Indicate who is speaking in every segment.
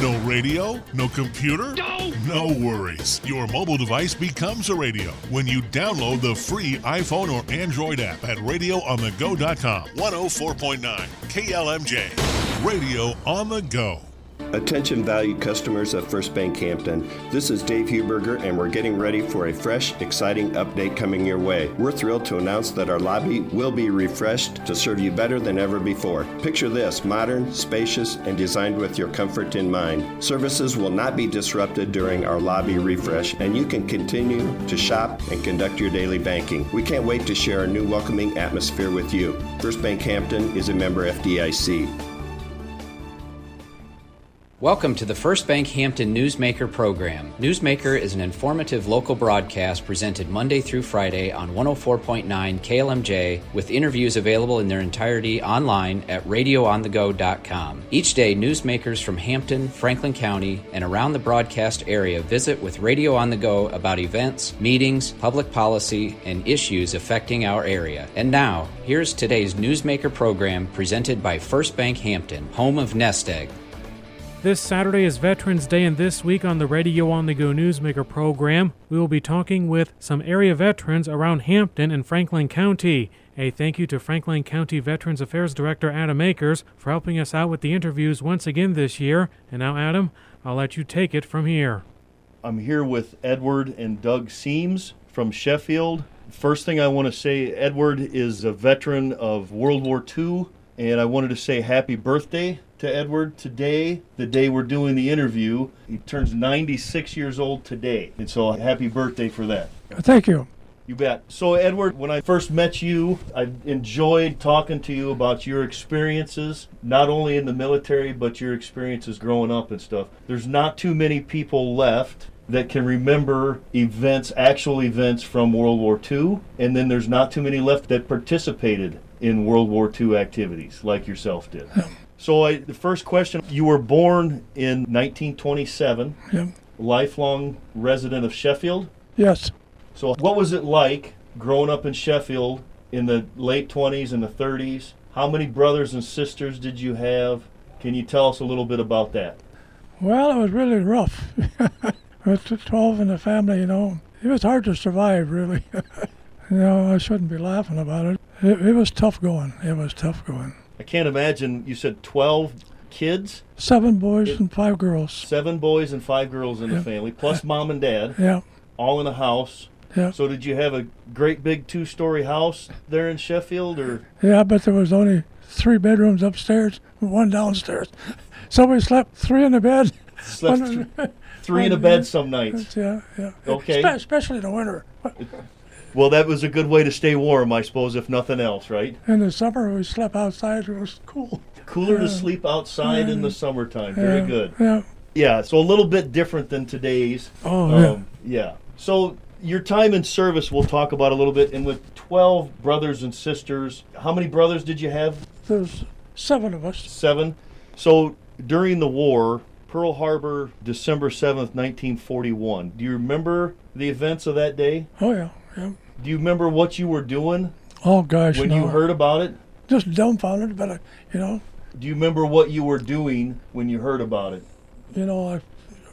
Speaker 1: No radio? No computer? No! No worries. Your mobile device becomes a radio when you download the free iPhone or Android app at radioonthego.com. 104.9 KLMJ. Radio on the go.
Speaker 2: Attention valued customers of First Bank Hampton. This is Dave Huberger, and we're getting ready for a fresh, exciting update coming your way. We're thrilled to announce that our lobby will be refreshed to serve you better than ever before. Picture this modern, spacious, and designed with your comfort in mind. Services will not be disrupted during our lobby refresh, and you can continue to shop and conduct your daily banking. We can't wait to share a new welcoming atmosphere with you. First Bank Hampton is a member FDIC.
Speaker 3: Welcome to the First Bank Hampton Newsmaker program. Newsmaker is an informative local broadcast presented Monday through Friday on 104.9 KLMJ with interviews available in their entirety online at radioonthego.com. Each day, newsmakers from Hampton, Franklin County, and around the broadcast area visit with Radio on the Go about events, meetings, public policy, and issues affecting our area. And now, here's today's Newsmaker program presented by First Bank Hampton, home of Nest Egg.
Speaker 4: This Saturday is Veterans Day, and this week on the Radio on the Go Newsmaker program, we will be talking with some area veterans around Hampton and Franklin County. A thank you to Franklin County Veterans Affairs Director Adam Akers for helping us out with the interviews once again this year. And now, Adam, I'll let you take it from here.
Speaker 5: I'm here with Edward and Doug Seams from Sheffield. First thing I want to say Edward is a veteran of World War II, and I wanted to say happy birthday to Edward today, the day we're doing the interview. He turns 96 years old today, and so happy birthday for that.
Speaker 6: Thank you.
Speaker 5: You bet. So, Edward, when I first met you, I enjoyed talking to you about your experiences, not only in the military, but your experiences growing up and stuff. There's not too many people left that can remember events, actual events from World War II, and then there's not too many left that participated in World War II activities like yourself did. So I, the first question: You were born in 1927,
Speaker 6: Yeah.
Speaker 5: lifelong resident of Sheffield.
Speaker 6: Yes.
Speaker 5: So what was it like growing up in Sheffield in the late 20s and the 30s? How many brothers and sisters did you have? Can you tell us a little bit about that?
Speaker 6: Well, it was really rough. With the 12 in the family, you know, it was hard to survive, really. you know, I shouldn't be laughing about it. it. It was tough going. It was tough going.
Speaker 5: I can't imagine. You said 12 kids,
Speaker 6: Seven boys and five girls.
Speaker 5: seven boys and five girls in the family, plus mom and dad,
Speaker 6: Yeah.
Speaker 5: all in a house.
Speaker 6: Yeah.
Speaker 5: So did you have a great big two-story house there in Sheffield, or
Speaker 6: Yeah, but there was only three bedrooms upstairs and one downstairs. So we slept three in the bed.
Speaker 5: slept
Speaker 6: One-
Speaker 5: th- three in a bed some nights?
Speaker 6: Oh, yeah, yeah.
Speaker 5: Okay.
Speaker 6: Espe- especially in the winter.
Speaker 5: Well, that was a good way to stay warm, I suppose, if nothing else, right?
Speaker 6: In the summer, we slept outside. It was cool.
Speaker 5: Cooler to sleep outside in the summertime. Very
Speaker 6: Yeah,
Speaker 5: good.
Speaker 6: Yeah.
Speaker 5: Yeah, so a little bit different than today's. um,
Speaker 6: Oh,
Speaker 5: yeah. So your time in service, we'll talk about a little bit. And with 12 brothers and sisters, how many brothers did you have?
Speaker 6: There's seven of us.
Speaker 5: Seven. So during the war, Pearl Harbor, December 7th, 1941. Do you remember the events of that day?
Speaker 6: Oh, yeah. yeah.
Speaker 5: Do you remember what you were doing
Speaker 6: Oh, gosh.
Speaker 5: when
Speaker 6: no.
Speaker 5: you heard about it?
Speaker 6: Just dumbfounded, but, I, you know,
Speaker 5: Do you remember what you were doing when you heard about it?
Speaker 6: you know, I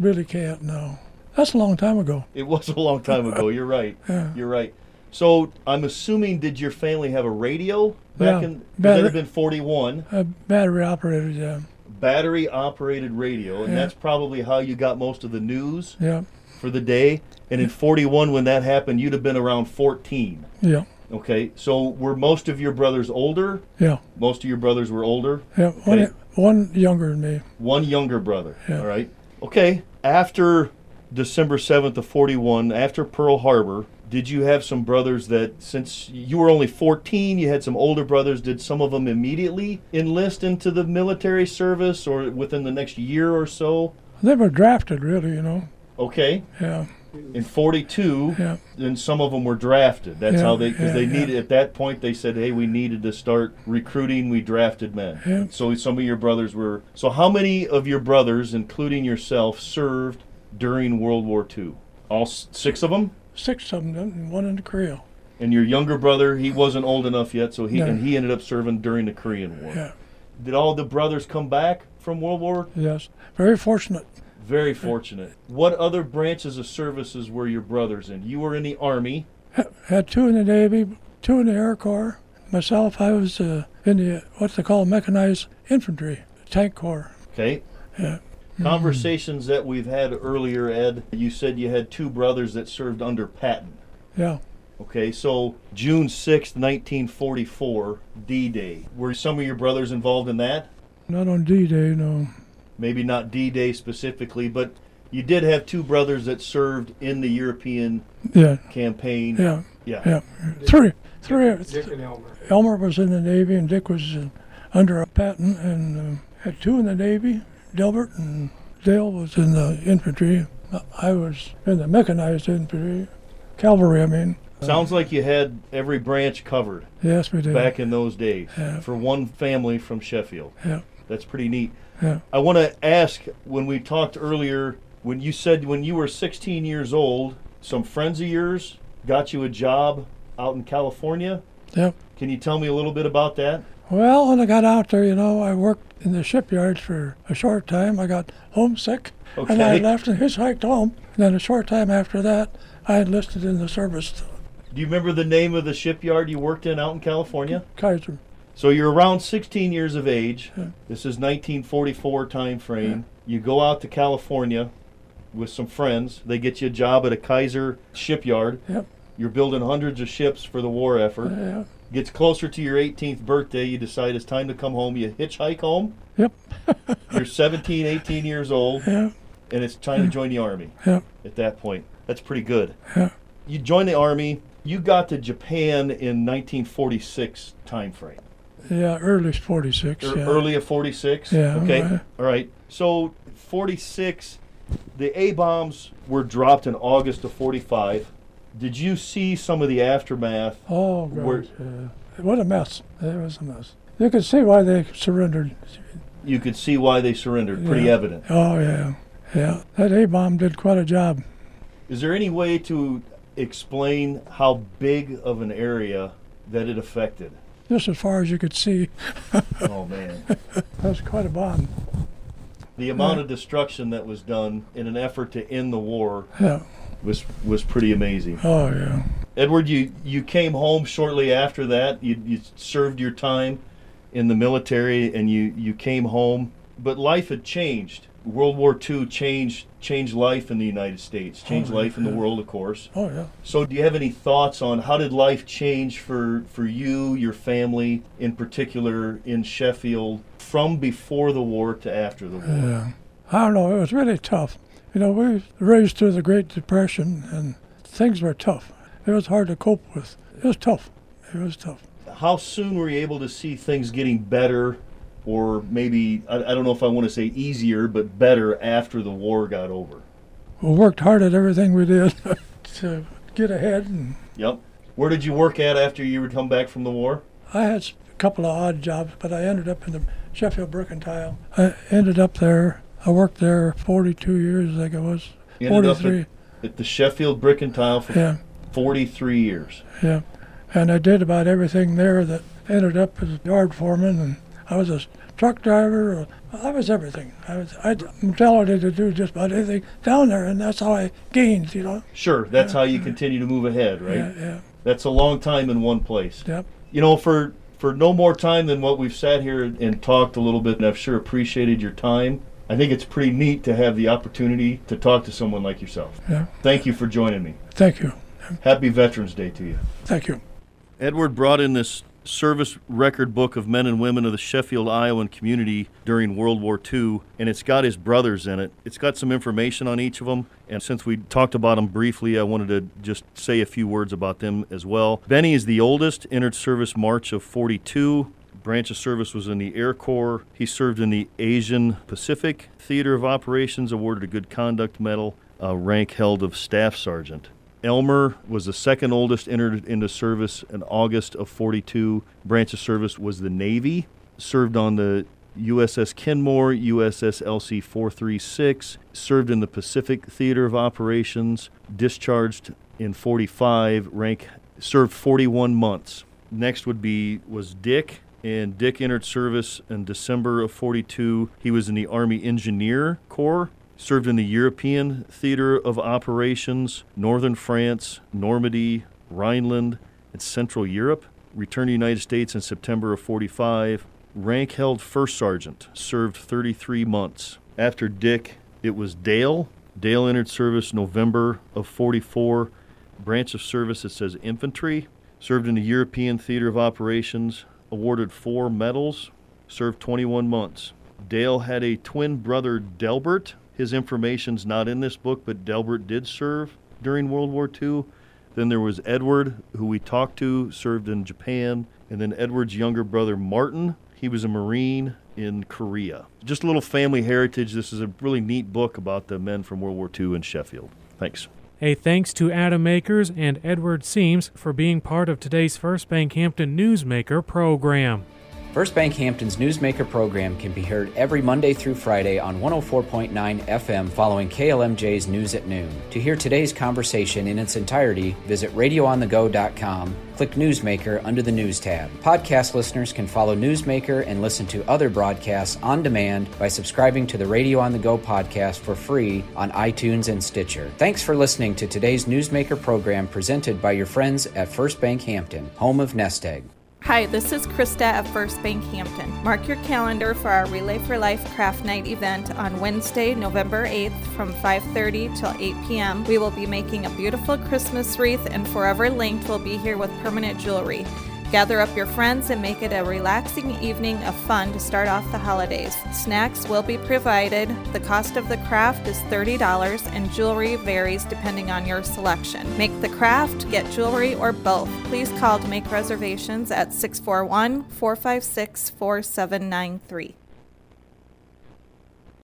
Speaker 6: really can't know. That's a long time ago.
Speaker 5: It was a long time ago. You're right. You're right. So I'm assuming did your family have a radio back
Speaker 6: Yeah.
Speaker 5: in that
Speaker 6: Battery-
Speaker 5: had been 41
Speaker 6: A battery operated, yeah.
Speaker 5: battery operated radio and
Speaker 6: Yeah.
Speaker 5: that's probably how you got most of the news
Speaker 6: Yeah.
Speaker 5: for the day and in 41 when that happened you'd have been around 14
Speaker 6: Yeah.
Speaker 5: okay so were most of your brothers older
Speaker 6: Yeah.
Speaker 5: most of your brothers were older
Speaker 6: Yeah. One,
Speaker 5: Okay.
Speaker 6: one younger than me.
Speaker 5: one younger brother.
Speaker 6: Yeah.
Speaker 5: All right. Okay. After December 7th of 41, after Pearl Harbor, did you have some brothers that, since you were only 14, you had some older brothers, did some of them immediately enlist into the military service or within the next year or so?
Speaker 6: They were drafted, really, you know.
Speaker 5: Okay.
Speaker 6: Yeah.
Speaker 5: In 42,
Speaker 6: Yeah.
Speaker 5: then some of them were drafted. That's
Speaker 6: Yeah,
Speaker 5: how they, because
Speaker 6: yeah,
Speaker 5: they
Speaker 6: yeah.
Speaker 5: needed, at that point, they said, hey, we needed to start recruiting. We drafted men.
Speaker 6: Yeah.
Speaker 5: So some of your brothers were, so how many of your brothers, including yourself, served during World War II? All s- six of them?
Speaker 6: Six of them, and one in the Creole.
Speaker 5: And your younger brother, he wasn't old enough yet, so he,
Speaker 6: No.
Speaker 5: and he ended up serving during the Korean War.
Speaker 6: Yeah.
Speaker 5: Did all the brothers come back from World War?
Speaker 6: Yes, very fortunate.
Speaker 5: Very fortunate. What other branches of services were your brothers in? You were in the Army.
Speaker 6: Had two in the Navy, two in the Air Corps. Myself, I was uh, in the what they call mechanized infantry, tank corps.
Speaker 5: Okay.
Speaker 6: Yeah.
Speaker 5: Conversations that we've had earlier, Ed, you said you had two brothers that served under Patton.
Speaker 6: Yeah.
Speaker 5: Okay, so June 6th, 1944, D Day. Were some of your brothers involved in that?
Speaker 6: Not on D-Day, no.
Speaker 5: Maybe not D Day specifically, but you did have two brothers that served in the European
Speaker 6: Yeah,
Speaker 5: campaign.
Speaker 6: yeah,
Speaker 5: Yeah.
Speaker 6: yeah. Three, three.
Speaker 7: Dick and Elmer.
Speaker 6: Elmer was in the Navy, and Dick was in, under a patent, and uh, had two in the Navy. Delbert and Dale was in the infantry. I was in the mechanized infantry, cavalry. I mean,
Speaker 5: Sounds like you had every branch covered
Speaker 6: yes, we did.
Speaker 5: back in those days for one family from Sheffield.
Speaker 6: Yeah.
Speaker 5: That's pretty neat.
Speaker 6: Yeah.
Speaker 5: I want to ask when we talked earlier, when you said when you were 16 years old, some friends of yours got you a job out in California.
Speaker 6: yeah.
Speaker 5: Can you tell me a little bit about that?
Speaker 6: Well, when I got out there, you know, I worked in the shipyards for a short time. I got homesick, and I
Speaker 5: Okay.
Speaker 6: left and hitchhiked home. And then a short time after that, I enlisted in the service,
Speaker 5: Do you remember the name of the shipyard you worked in out in California?
Speaker 6: Kaiser.
Speaker 5: So you're around 16 years of age. This is 1944 time frame. You go out to California with some friends. They get you a job at a Kaiser shipyard.
Speaker 6: Yep. Uh,
Speaker 5: You're building hundreds of ships for the war effort.
Speaker 6: Yeah.
Speaker 5: Gets closer to your 18th birthday, you decide it's time to come home. You hitchhike home.
Speaker 6: Yep.
Speaker 5: You're 17, 18 years old,
Speaker 6: Yeah.
Speaker 5: and it's time to join the army.
Speaker 6: Yep.
Speaker 5: At that point, that's pretty good.
Speaker 6: Yeah.
Speaker 5: You join the army. You got to Japan in 1946 time frame.
Speaker 6: Yeah. Early '46.
Speaker 5: Er-
Speaker 6: yeah.
Speaker 5: Early of 46?
Speaker 6: Yeah,
Speaker 5: Okay.
Speaker 6: right.
Speaker 5: All right. So, 46, the A bombs were dropped in August of 45. Did you see some of the aftermath?
Speaker 6: Oh,
Speaker 5: Were-
Speaker 6: God. yeah. What a mess. It was a mess. You could see why they surrendered.
Speaker 5: You could see why they surrendered. Pretty
Speaker 6: Yeah.
Speaker 5: evident.
Speaker 6: Oh, yeah. Yeah. That A bomb did quite a job.
Speaker 5: Is there any way to explain how big of an area that it affected?
Speaker 6: Just as far as you could see,
Speaker 5: Oh, man.
Speaker 6: that was quite a bomb.
Speaker 5: The amount of destruction that was done in an effort to end the war
Speaker 6: Yeah.
Speaker 5: was, was pretty amazing.
Speaker 6: Oh, yeah.
Speaker 5: Edward, you, you came home shortly after that. You, you served your time in the military and you, you came home. But life had changed. World War II changed, changed life in the United States, changed life in the world, of course.
Speaker 6: Oh, yeah.
Speaker 5: So, do you have any thoughts on how did life change for, for you, your family, in particular in Sheffield, from before the war to after the war?
Speaker 6: I don't know. It was really tough. You know, we raised through the Great Depression, and things were tough. It was hard to cope with. It was tough. It was tough.
Speaker 5: how soon were you able to see things getting better or maybe I, I don't know if I want to say easier but better after the war got over
Speaker 6: We worked hard at everything we did to get ahead, and
Speaker 5: yep where did you work at after you would come back from the war
Speaker 6: I had s- a couple of odd jobs, but I ended up in the Sheffield Mercantile. I ended up there. I worked there 42 years, I think it was.
Speaker 5: You ended up at-
Speaker 6: 43.
Speaker 5: at the Sheffield Brick and Tile for
Speaker 6: Yeah,
Speaker 5: 43 years
Speaker 6: yeah. And I did about everything there that ended up as a yard foreman. And I was a s- truck driver. uh, I was everything. I was I talented to do just about anything down there, and that's how I gained, you know.
Speaker 5: sure that's how you continue to move ahead right
Speaker 6: Yeah, yeah,
Speaker 5: that's a long time in one place
Speaker 6: yep.
Speaker 5: you know for for no more time than what we've sat here and talked a little bit and I've sure appreciated your time I think it's pretty neat to have the opportunity to talk to someone like yourself
Speaker 6: Yeah.
Speaker 5: thank you for joining me
Speaker 6: Thank you.
Speaker 5: Happy Veterans Day to you.
Speaker 6: Thank you.
Speaker 5: Edward brought in this service record book of men and women of the Sheffield, Iowan community during World War II, and it's got his brothers in it. It's got some information on each of them, and since we talked about them briefly, I wanted to just say a few words about them as well. Benny is the oldest, entered service March of 42. Branch of service was in the Air Corps. He served in the Asian Pacific Theater of Operations, awarded a Good Conduct Medal, a rank held of Staff Sergeant. Elmer was the second oldest entered into service in August of 42. Branch of service was the Navy. Served on the USS Kenmore, USS LC 436. Served in the Pacific Theater of Operations. Discharged in 45. Rank served 41 months. Next would be was Dick. and Dick entered service in December of 42. He was in the Army Engineer Corps, served in the European Theater of Operations, Northern France, Normandy, Rhineland, and Central Europe. Returned to the United States in September of 45. Rank held first sergeant, served 33 months. After Dick, it was Dale. Dale entered service November of 44 branch of service that says infantry, served in the European Theater of Operations, awarded four medals, served 21 months. Dale had a twin brother, Delbert. His information's not in this book, but Delbert did serve during World War II. Then there was Edward, who we talked to, served in Japan. And then Edward's younger brother, Martin, he was a Marine in Korea. Just a little family heritage. This is a really neat book about the men from World War II in Sheffield. Thanks.
Speaker 4: A thanks to Adam Akers and Edward Seams for being part of today's First Bankhampton Newsmaker program.
Speaker 3: First Bankhampton's Newsmaker program can be heard every Monday through Friday on 104.9 FM following KLMJ's News at Noon. To hear today's conversation in its entirety, visit radioonthego.com, click Newsmaker under the News tab. Podcast listeners can follow Newsmaker and listen to other broadcasts on demand by subscribing to the Radio on the Go podcast for free on iTunes and Stitcher. Thanks for listening to today's Newsmaker program presented by your friends at First Bankhampton, home of Nest Egg.
Speaker 7: Hi, this is Krista at First Bank Hampton. Mark your calendar for our Relay for Life Craft Night event on Wednesday, November 8th from 5:30 till 8 p.m. We will be making a beautiful Christmas wreath and Forever Linked will be here with permanent jewelry. Gather up your friends and make it a relaxing evening of fun to start off the holidays. Snacks will be provided. The cost of the craft is $30 and jewelry varies depending on your selection. Make the craft, get jewelry, or both. Please call to make reservations at 641 456 4793.